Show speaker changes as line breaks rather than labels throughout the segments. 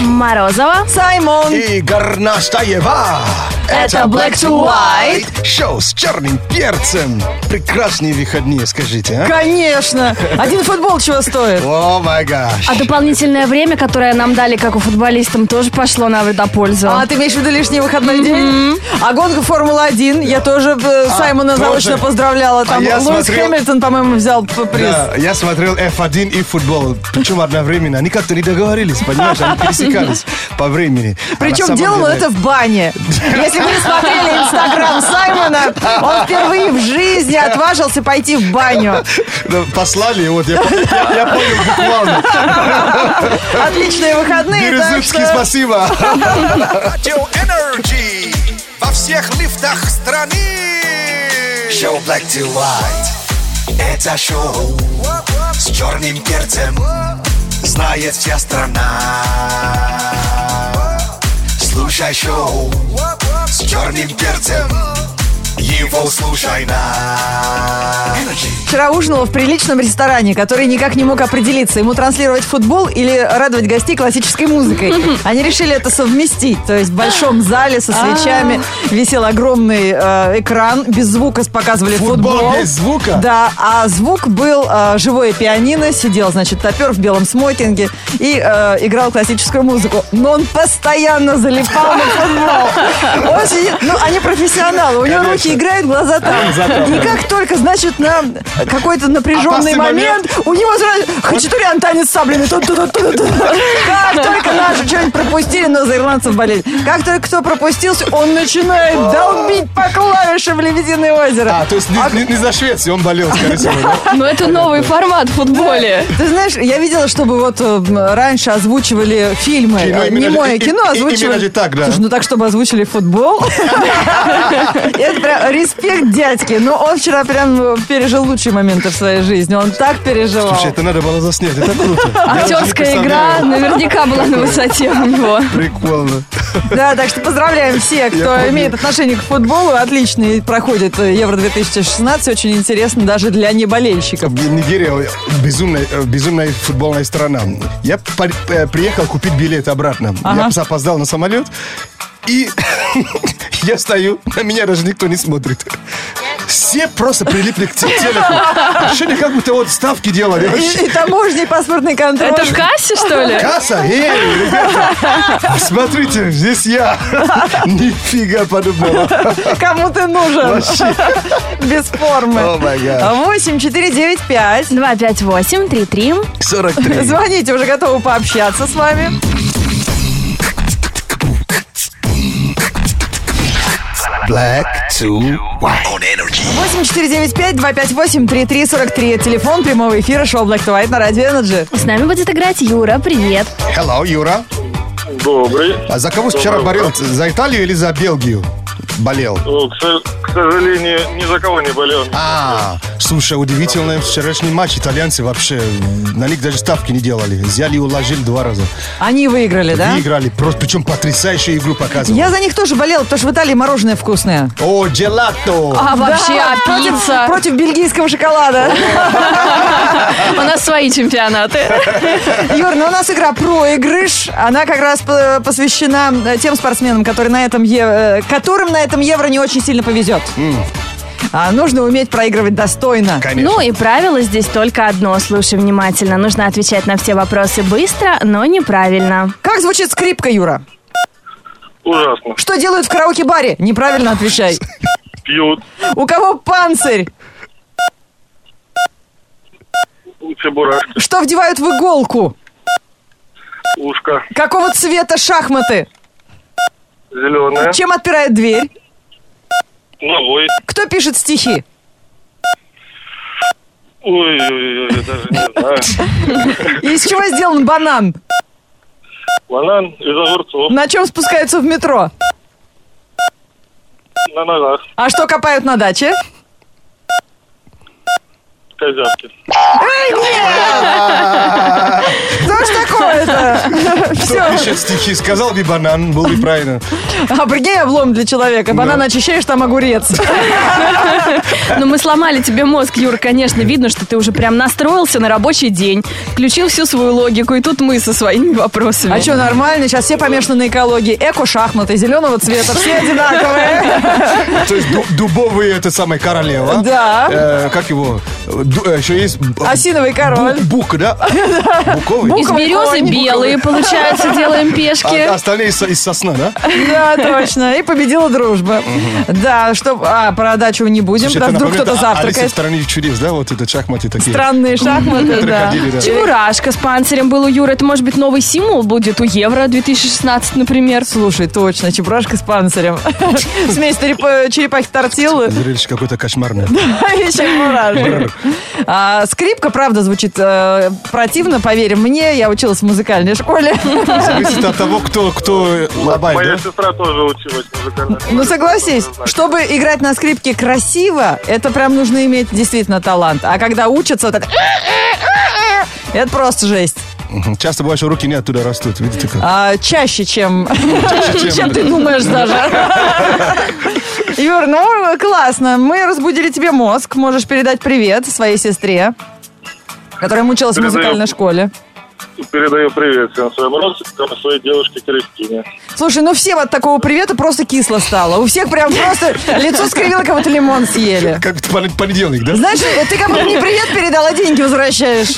Морозова.
Саймон.
И Горнастаева.
Это Black to White.
Шоу с черным перцем. Прекрасные выходные, скажите, а?
Конечно. Один футбол чего стоит?
О май гаш.
А дополнительное время, которое нам дали, как у футболистам, тоже пошло на пользу.
А, ты имеешь в виду лишний выходной день? А гонка Формула-1, я тоже э, Саймона
А, тоже. А
заочно поздравляла. Там
я
Луис
смотрел.
Хэмилтон, по-моему, взял п- приз.
Да, я смотрел F1 и футбол, причем одновременно. Они как-то не договорились, понимаешь, они пересекались по времени. А на
Причем
самом
делал он
деле-
это в бане. Если вы не смотрели Инстаграм Саймона, он впервые в жизни отважился пойти в баню.
Да, Послали, вот я, я- я понял буквально.
Отличные выходные, так
Березуцкий,
что...
спасибо.
Радио Энерджи во всех лифтах страны. Шоу Black to White. Это шоу с черным перцем. Знает вся страна. Слушай шоу с черным перцем. Его слушай на Energy.
Вчера ужинала в приличном ресторане, который никак не мог определиться, ему транслировать футбол или радовать гостей классической музыкой. Они решили это совместить. То есть в большом зале со свечами висел огромный э, экран, без звука показывали
Футбол
футбол.
без звука?
Да, а звук был э, живое пианино, сидел, значит, топер в белом смокинге и э, играл классическую музыку. Но он постоянно залипал на футбол. Он сидит- ну, они профессионалы, у него
Конечно. А
руки играют, глаза
Глаза
там.
там,
И как только, значит, на какой-то напряженный
Опасный
момент, у него сразу Хачатурян танец с саблями. Тут, тут, тут, тут, тут. Как только наши что-нибудь пропустили, но за ирландцев болели. Как только кто пропустился, он начинает долбить по клавишам в «Лебединое озеро».
А, то есть не, не- не за Швецию он болел, скорее всего, да?
Но ну, это новый формат в футболе.
Ты знаешь, я видела, чтобы вот э, м, раньше озвучивали фильмы,
Кино,
э,
именно
немое
же- и-
кино
и- именно
озвучивали.
же так, да.
Слушай, ну так, чтобы озвучили футбол. Это прям респект дядьке. Но он вчера прям э, пережил лучшие моменты в своей жизни. Он так переживал.
Слушай, это надо было заснять, это круто. Я даже не
Актерская игра ну.
представляю.
наверняка была на высоте у него.
Прикольно.
Да, так что поздравляем всех, кто
помню.
имеет отношение к футболу. Отлично проходит э, Евро 2016. Очень интересно даже для неболельщиков.
Нигерия безумная, э, безумная футбольная страна. Я по- э, приехал купить билет обратно.
Ага.
Я опоздал на самолет. И я стою, на меня даже никто не смотрит. Все просто прилипли к те- телеку. Ощущение, как будто вот ставки делали.
И, и
Вообще.
таможня, и паспортный контроль.
Это в кассе, что ли?
Касса, эй, ребята, смотрите, здесь я. Нифига подобного.
Кому ты нужен?
Вообще.
Без формы.
О, май гад.
8 4 9 5.
258 33
43.
Звоните, уже готовы пообщаться с вами.
Black to White. On Energy.
8 4 9 5 2 5 8 3 3 43. Телефон прямого эфира шоу Black to White на Радио Energy.
С нами будет играть Юра. Привет.
Hello, Юра.
Добрый.
А за кого вчера
Доброе
болел? За Италию или за Бельгию? Болел.
Э, К, со- к сожалению, ни за кого не болел.
А, слушай, удивительный вчерашний матч. Итальянцы вообще на них даже ставки не делали. Взяли и уложили два раза.
Они выиграли, да?
Выиграли. Просто, причем потрясающую игру показывали.
Я за них тоже болела, потому что в Италии мороженое вкусное.
О, джелато!
А вообще,
Да,
а
против-
пицца?
Против бельгийского шоколада.
У нас свои чемпионаты.
Юр, ну у нас игра проигрыш. Она как раз по- посвящена э, тем спортсменам, которые на этом е- э, которым на этом евро не очень сильно повезет. А нужно уметь проигрывать достойно.
Конечно.
Ну и правило здесь только одно. Слушай внимательно. Нужно отвечать на все вопросы быстро, но неправильно.
Как звучит скрипка, Юра?
Ужасно.
Что делают в караоке-баре? Неправильно отвечай.
Пьют
У кого панцирь?
чебурашки,
Что вдевают в иголку?
ушко,
Какого цвета шахматы?
зеленое,
Чем отпирает дверь?
новой.
Кто пишет стихи?
Ой, ой, ой, даже не знаю.
Из чего сделан банан?
Банан из огурцов
На чем спускаются в метро?
на ногах,
А что копают на даче?
козявки.
Что ж такое-то? Все,
Пишет стихи, сказал бы банан, был бы правильно.
А прикинь, облом для человека. Банан
Да.
очищаешь, там огурец.
Ну, мы сломали тебе мозг, Юр, конечно. Видно, что ты уже прям настроился на рабочий день, включил всю свою логику, и тут мы со своими вопросами.
А что, нормально? Сейчас все помешаны на экологии. Эко-шахматы зеленого цвета, все одинаковые.
То есть ду- дубовый, это самый королева.
Да. А
Э, как его? еще есть... б-
Осиновый король.
бу- Бук, да? Буковый.
Из березы
конь,
белые, получается, делаем пешки.
А- остальные из, со- из сосна, да?
Да, точно. И победила дружба. Да, что... А, про дачу не будем.
Слушай,
Да,
это
вдруг
напоминает
кто-то
о- Алисе а, в
завтракает.
стране чудес, да? Вот это шахматы такие.
Странные шахматы, да.
Крокодили, да.
Чебурашка с панцирем был у Юры. Это, может быть, новый символ будет у Евро 2016, например.
Слушай, точно, чебурашка с панцирем. Смесь треп- черепахи тортилы
Зрелище какое-то кошмарное.
и чебурашки. А, Скрипка, правда, звучит э, противно, поверь мне. Я училась в музыкальной школе.
Зависит от того, кто, кто
Моя
лобает, да?
сестра тоже училась в музыкальной школе.
Ну, согласись, чтобы играть на скрипке красиво, это прям нужно иметь действительно талант. А когда учатся, вот это... Это просто жесть.
Мгм. Часто бывает, что руки не оттуда растут, видите как.
А, чаще, чем...
Чем-
думаешь даже. Юр, ну классно. Мы разбудили тебе мозг. Можешь передать привет своей сестре, которая мучилась в
Передаю.
музыкальной школе.
Передаю привет всем своим родственникам, и своей девушке Кристине.
Слушай, ну всем от такого привета просто кисло стало. У всех прям просто лицо скривило, как будто лимон съели.
Как в пон- понедельник, да?
Знаешь, ты как будто не привет передал, а деньги возвращаешь.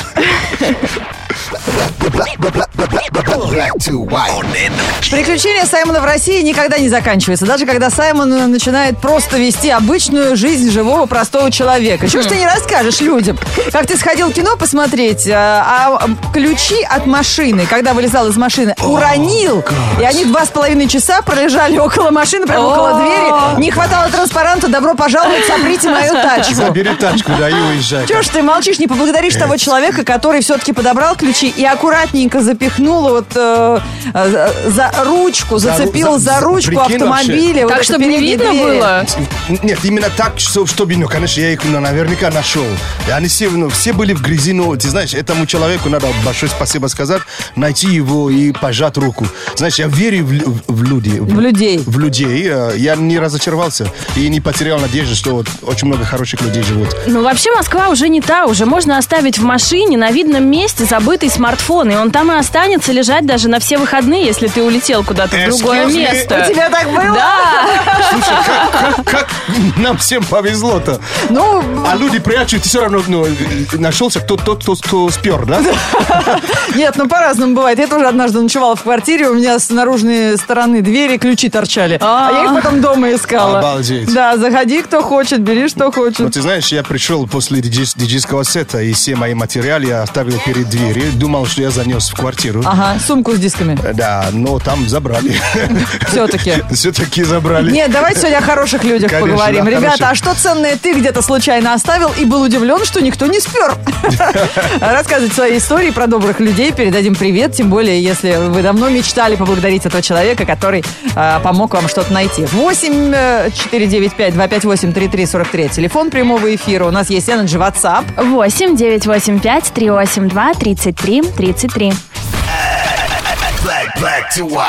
Black, black, black, black to white. On energy.
Приключения Саймона в России никогда не заканчиваются, даже когда Саймон э, начинает просто вести обычную жизнь живого простого человека. Чего ж ты не расскажешь людям? Как ты сходил в кино посмотреть, э, а э, ключи от машины, когда вылезал из машины, уронил, и они два с половиной часа пролежали около машины, прямо около двери. Не хватало транспаранта, добро пожаловать, соприте мою тачку.
Забери тачку, да, и уезжай.
Чего ж ты молчишь, не поблагодаришь
Э.
того человека, который все-таки подобрал ключи и аккуратненько запихнул вот э, э, за ручку,
ру-
зацепил
за-
за,
за-
ручку
прикинь
автомобиля. вот
Так,
эту
чтобы не видно
переднюю дверь.
было.
Нет, именно так, что- чтобы, ну, конечно, я их ну, наверняка нашел. И они все, ну, все были в грязи, но, ты знаешь, этому человеку надо большое спасибо сказать, найти его и пожать руку. Знаешь, я верю в, лю- в людей.
В людей.
В людей. э, Я не разочаровался и не потерял надежды, что вот очень много хороших людей живут.
Ну, вообще, Москва уже не та. Уже можно оставить в машине на видном месте забытый смартфон. И он там и останется лежать даже на все выходные, если ты улетел куда-то в
Excuse
другое
me?
место.
У тебя так было?
Да,
Слушай, как, как- как нам всем повезло-то?
Ну,
А люди прячут, и все равно ну, э, нашелся кто, тот, кто, кто спер, да?
нет, ну по-разному бывает. Я тоже однажды ночевала в квартире, у меня с наружной стороны двери ключи торчали. А я их потом дома искала.
Обалдеть.
Да, заходи, кто хочет, бери, что
Вот
хочет.
ты знаешь, я пришел после диджей- диджейского сета, и все мои материалы я оставил перед дверью. Думал, что я занес в квартиру.
Ага, сумку с дисками.
Да, но там забрали.
Все-таки.
Все-таки забрали.
Нет, давайте сегодня о хороших людях
Конечно,
поговорим.
да,
Ребята,
хороших.
а что ценное ты где-то случайно оставил и был удивлен, что никто не спер? Рассказывать свои истории про добрых людей, передадим привет, тем более, если вы давно мечтали поблагодарить этого человека, который а, помог вам что-то найти. 8 э, 495 258 3343 телефон прямого эфира. У нас есть Energy WhatsApp.
8 985 382 33 33.
Black, black to white.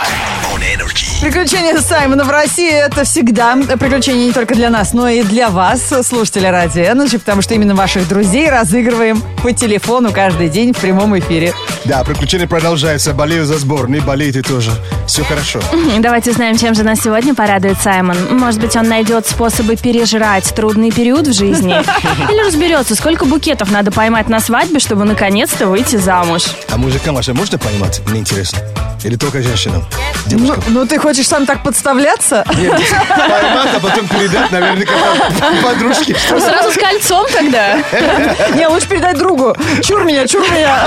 On energy.
Приключения Саймона в России – это всегда приключения не только для нас, но и для вас, слушатели Радио Energy, потому что именно ваших друзей разыгрываем по телефону каждый день в прямом эфире.
Да, приключения продолжаются. Болею за сборный, болей ты тоже. Все хорошо.
Давайте узнаем, чем же нас сегодня порадует Саймон. Может быть, он найдет способы пережрать трудный период в жизни. Или разберется, сколько букетов надо поймать на свадьбе, чтобы наконец-то выйти замуж.
А мужикам вообще можно поймать? Мне интересно. Или только женщинам?
Ну,
Девушкам.
ну, ты хочешь сам так подставляться?
Нет, поймать, а потом передать наверняка там подружке. что ли.
сразу с кольцом тогда.
Не, лучше передать другу. Чур меня, чур меня.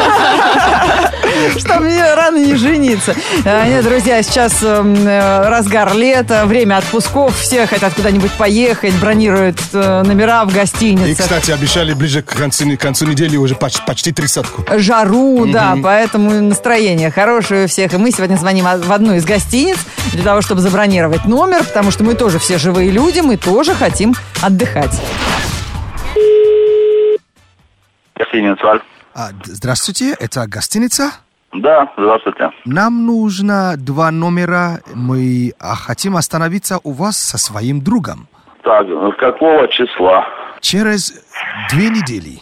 Что мне рано не жениться. А, Нет, друзья, сейчас эм, э, разгар лета, время отпусков. Все хотят куда-нибудь поехать, бронируют э, номера в
И,
гостиницах.
кстати, обещали ближе к концу, к концу недели уже поч- почти тридцатку.
жару, да, поэтому и настроение хорошее у всех. И мы сегодня звоним о- в одну из гостиниц для того, чтобы забронировать номер, потому что мы тоже все живые люди, мы тоже хотим отдыхать.
Гостиница «Альф».
А, д- здравствуйте, это гостиница?
Да, здравствуйте.
Нам нужно два номера. Мы а, хотим остановиться у вас со своим другом.
Так, ну, какого числа?
Через две недели.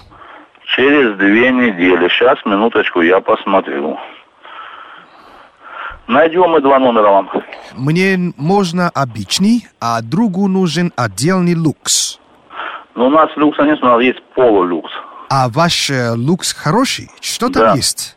Через две недели. Сейчас, минуточку, я посмотрю. Найдем мы два номера вам.
Мне можно обычный, а другу нужен отдельный люкс.
Но Ну, у нас люкса нет, у нас есть полулюкс.
А ваш э, люкс хороший? Что там
Да.
есть?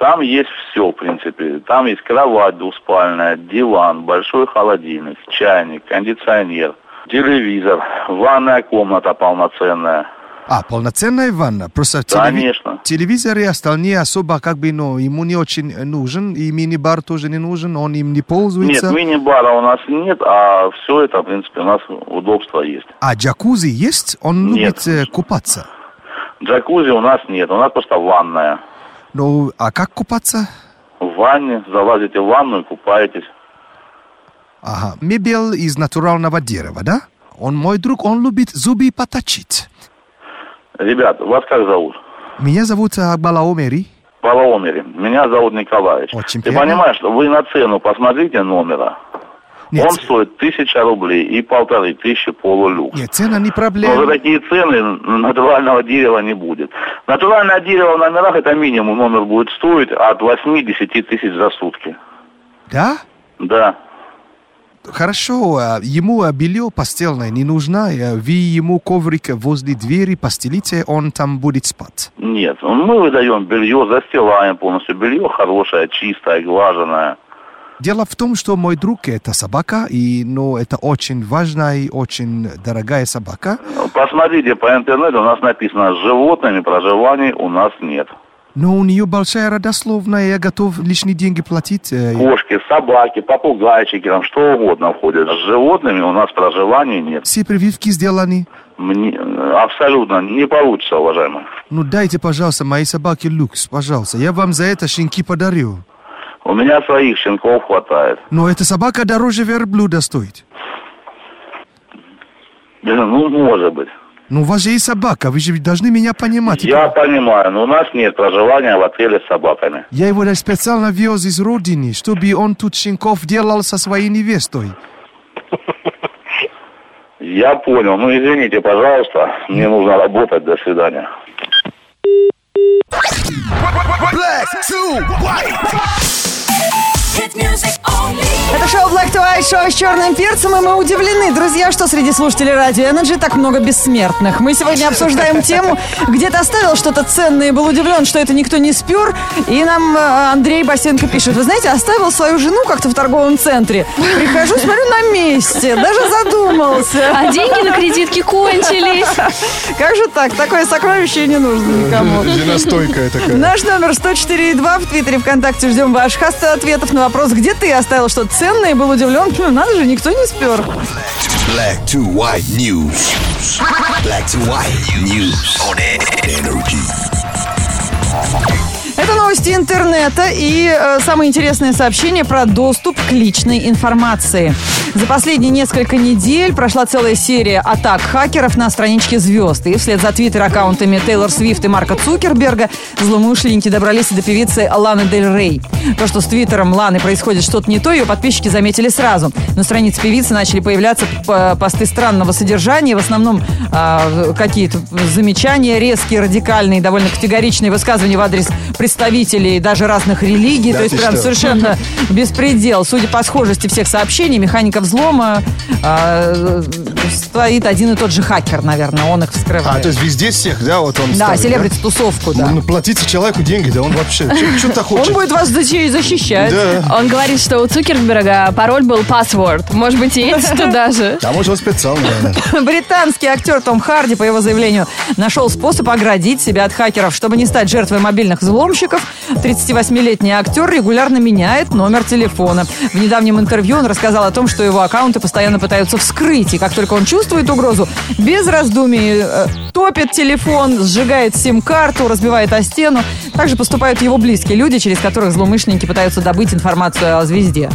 Там есть все, в принципе. Там есть кровать двуспальная, диван, большой холодильник, чайник, кондиционер, телевизор, ванная комната полноценная.
А, полноценная ванна. Просто в
Конечно.
телевизор и остальные особо как бы, ну, ему не очень э, нужен, и мини-бар тоже не нужен, он им не
Нет,
пользуется.
мини-бара у нас нет, а все это, в принципе, у нас удобство есть.
А джакузи есть? Он
Нет.
любит э, купаться.
Джакузи у нас нет, у нас просто ванная.
Ну, а как купаться?
В ванне залазите в ванну и купаетесь.
Ага, мебель из натурального дерева, да? Он мой друг, он любит зубы поточить.
Ребят, вас как зовут?
Меня зовут э, Акбала Омери.
Палаомери. Меня зовут Николаевич.
Очень
Ты
приятно.
понимаешь, что вы на цену посмотрите номера.
Нет,
Он стоит тысяча рублей и полторы тысячи полулюкс.
нет, цена не
Но за
проблема.
такие цены натурального дерева не будет. Натуральное дерево в номерах это минимум номер будет стоить от 8-10 тысяч за сутки.
Да?
Да.
Хорошо, а, ему а, белье постельное не нужно. э, Вы ему коврик возле двери постелите, он там будет спать.
Нет, Ну, мы выдаем белье, застилаем полностью. Белье хорошее, чистое, глаженное.
Дело в том, что мой друг это собака, и, ну, это очень важная и очень дорогая собака.
Ну, Посмотрите по интернету, у нас написано, с животными проживаний у нас нет.
Но у нее большая родословная, я готов лишние деньги платить. э,
Кошки, собаки, попугайчики, там что угодно входит. С животными у нас проживаний нет.
Все прививки сделаны.
Мне э, абсолютно не получится, уважаемый.
Ну дайте, пожалуйста, моей собаке люкс, пожалуйста. Я вам за это щенки подарю.
У меня своих щенков хватает.
Но эта собака дороже верблюда стоит.
Блин, Ну, может быть.
Ну у вас же есть собака, вы же ведь должны меня понимать.
Я понимаю, но у нас нет проживания в отеле с собаками.
Я его даже специально вез из родины, чтобы он тут щенков делал со своей невестой.
Я понял. Ну, извините, пожалуйста. Мне нужно работать. До свидания.
Black to white.
Hit music only.
Это шоу Black to White, шоу с черным перцем, и мы удивлены, друзья, что среди слушателей радио Energy так много бессмертных. Мы сегодня обсуждаем тему, где ты оставил что-то ценное и был удивлен, что это никто не спер. И нам э, Андрей Басенко пишет, вы знаете, оставил свою жену как-то в торговом центре. Прихожу, смотрю, на месте, даже задумался.
А деньги на кредитке кончились.
Как же так? Такое сокровище и не нужно никому.
Жена стойкая такая.
Наш номер 104.2 в Твиттере ВКонтакте. Ждем ваших ответов на вопрос, где ты оставил что-то ценное и был удивлен. Хм, Надо же, никто не спер.
Black to white news. Black to white news on energy.
Это новости интернета и э, самое интересное сообщение про доступ к личной информации. За последние несколько недель прошла целая серия атак хакеров на страничке звезд. И вслед за твиттер-аккаунтами Тейлор Свифт и Марка Цукерберга злоумышленники добрались и до певицы Ланы Дель Рей. То, что с твиттером Ланы происходит что-то не то, ее подписчики заметили сразу. На странице певицы начали появляться п- посты странного содержания, в основном а, какие-то замечания резкие, радикальные, довольно категоричные высказывания в адрес представителей даже разных религий. То есть
ты
прям
что?
совершенно беспредел. Судя по схожести всех сообщений, механика взлома а, стоит один и тот же хакер, наверное, он их вскрывает.
А, то есть везде всех, да, вот он
да,
ставит,
селебрити-тусовку, да.
Ну, платите человеку деньги, да он вообще что-то хочет.
Он будет вас защи- защищать.
Да.
Он говорит, что у Цукерберга пароль был паспорт. Может быть, и эти туда же.
А может он специально, наверное.
Британский актер Том Харди, по его заявлению, нашел способ оградить себя от хакеров. Чтобы не стать жертвой мобильных взломщиков, 38-летний актер регулярно меняет номер телефона. В недавнем интервью он рассказал о том, что его аккаунты постоянно пытаются вскрыть. И как только он чувствует угрозу, без раздумий э, топит телефон, сжигает сим-карту, разбивает о стену. Также поступают его близкие люди, через которых злоумышленники пытаются добыть информацию о звезде.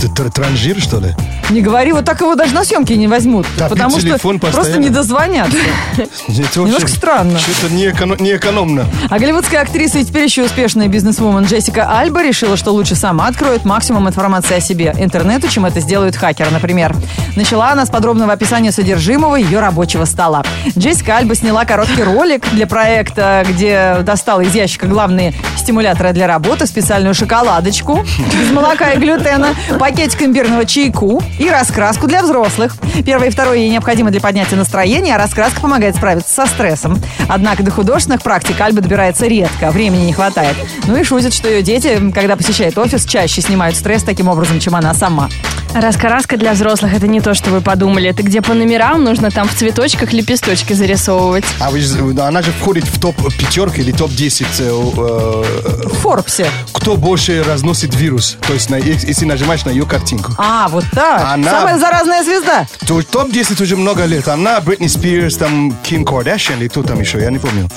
ты тр- транжир, что ли?
Не говори, вот так его даже на съемки не возьмут.
Да,
потому
пить
что
телефон
просто
постоянно.
не дозвонятся.
Это
Немножко странно.
Что-то неэконо- неэкономно.
А голливудская актриса и теперь еще успешная бизнесвумен Джессика Альба решила, что лучше сама откроет максимум информации о себе интернету, чем это сделают хакеры, например. Начала она с подробного описания содержимого ее рабочего стола. Джессика Альба сняла короткий ролик для проекта, где достала из ящика главные стимуляторы для работы, специальную шоколадочку из молока и глютена, пакетик имбирного чайку и раскраску для взрослых. Первое и второе ей необходимо для поднятия настроения, а раскраска помогает справиться со стрессом. Однако до художественных практик Альба добирается редко, а времени не хватает. Ну и шутит, что ее дети, когда посещают офис, чаще снимают стресс таким образом, чем она сама.
Раскараска для взрослых это не то, что вы подумали. Это где по номерам нужно там в цветочках лепесточки зарисовывать.
А вы же- она же входит в топ пятерка или топ 10 э, э,
В Форбсе.
кто больше разносит вирус. То есть, на- е- если нажимаешь на ее картинку.
А, вот так.
Она-
Самая заразная звезда.
То топ-10 уже много лет. Она, Бритни Спирс, там, Ким Кардашьян или кто там еще, я не помню.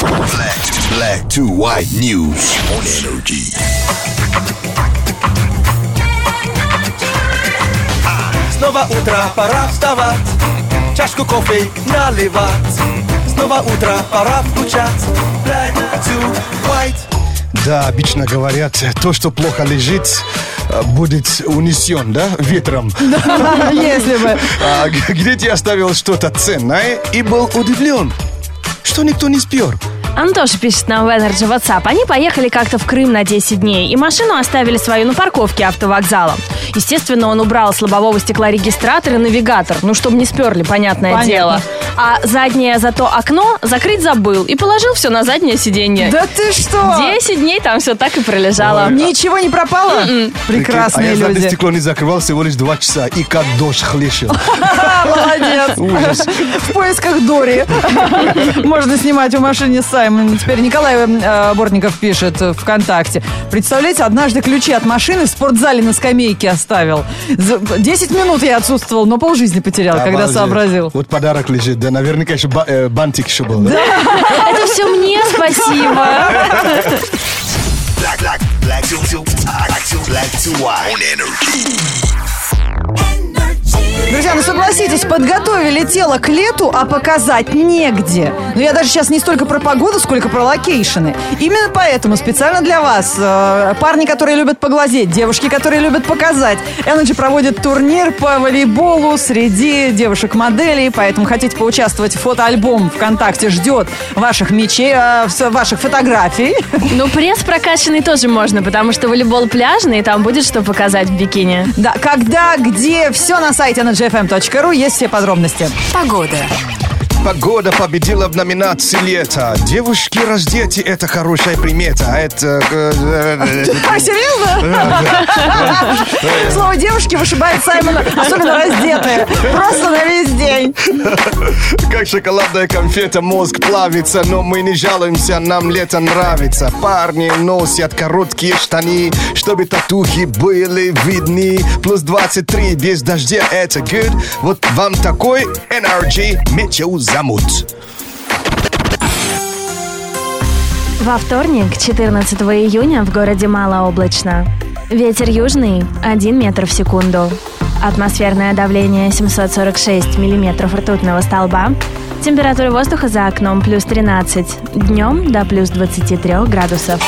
Black, black to white news on energy.
Снова утро, пора вставать, чашку кофе наливать. Снова утро, пора включать. Black to white.
Да, обычно говорят, то, что плохо лежит, э, будет унесен, да, ветром.
Если бы.
А г- где ты оставил что-то ценное и был удивлен, что никто не спер.
Антоша пишет нам в Energy WhatsApp. Они поехали как-то в Крым на 10 дней и машину оставили свою на парковке автовокзала. Естественно, он убрал с лобового стекла регистратор и навигатор, ну, чтобы не сперли, понятное
Понятно.
дело. А заднее зато окно закрыть забыл и положил все на заднее сиденье.
Да ты что?
10 дней там все так и пролежало.
Ничего не пропало? Прекрасные
а я заднее
люди.
стекло не закрывал всего лишь два часа, и как дождь хлещет.
А, молодец. В поисках Дори. Можно снимать у машины Саймон. Теперь Николай э, Бортников пишет э, ВКонтакте. Представляете, однажды ключи от машины в спортзале на скамейке оставил. За- 10 минут я отсутствовал, но полжизни потерял, когда
Обалдеть.
сообразил.
Вот подарок лежит, да, наверняка еще ба- э, бантик еще был. Да?
Это все мне спасибо.
Black, black, black to, to, black to, black to white on energy.
Друзья, ну согласитесь, подготовили тело к лету, а показать негде. Но я даже сейчас не столько про погоду, сколько про локейшены. Именно поэтому специально для вас, э, парни, которые любят поглазеть, девушки, которые любят показать, Energy проводит турнир по волейболу среди девушек-моделей, поэтому хотите поучаствовать, фотоальбом ВКонтакте ждет ваших мечей, э, с- ваших фотографий.
Ну, пресс прокачанный тоже можно, потому что волейбол пляжный, и там будет что показать в бикини.
Да, когда, где, все на сайте energyfm.ru, есть все подробности.
Погода.
Погода победила в номинации лета. Девушки раздеты, это хорошая примета. А Это... э, э, э,
А, серьезно? Слово девушки вышибает Саймона, особенно раздетые. Просто на весь день.
Как шоколадная конфета, мозг плавится, но мы не жалуемся, нам лето нравится. Парни носят короткие штаны, чтобы татухи были видны. Плюс 23, без дождя, это good. Вот вам такой energy, метео замут.
Во вторник, 14 июня, в городе малооблачно. Ветер южный – 1 метр в секунду. Атмосферное давление 746 миллиметров ртутного столба. Температура воздуха за окном плюс 13. Днем до плюс 23 градусов.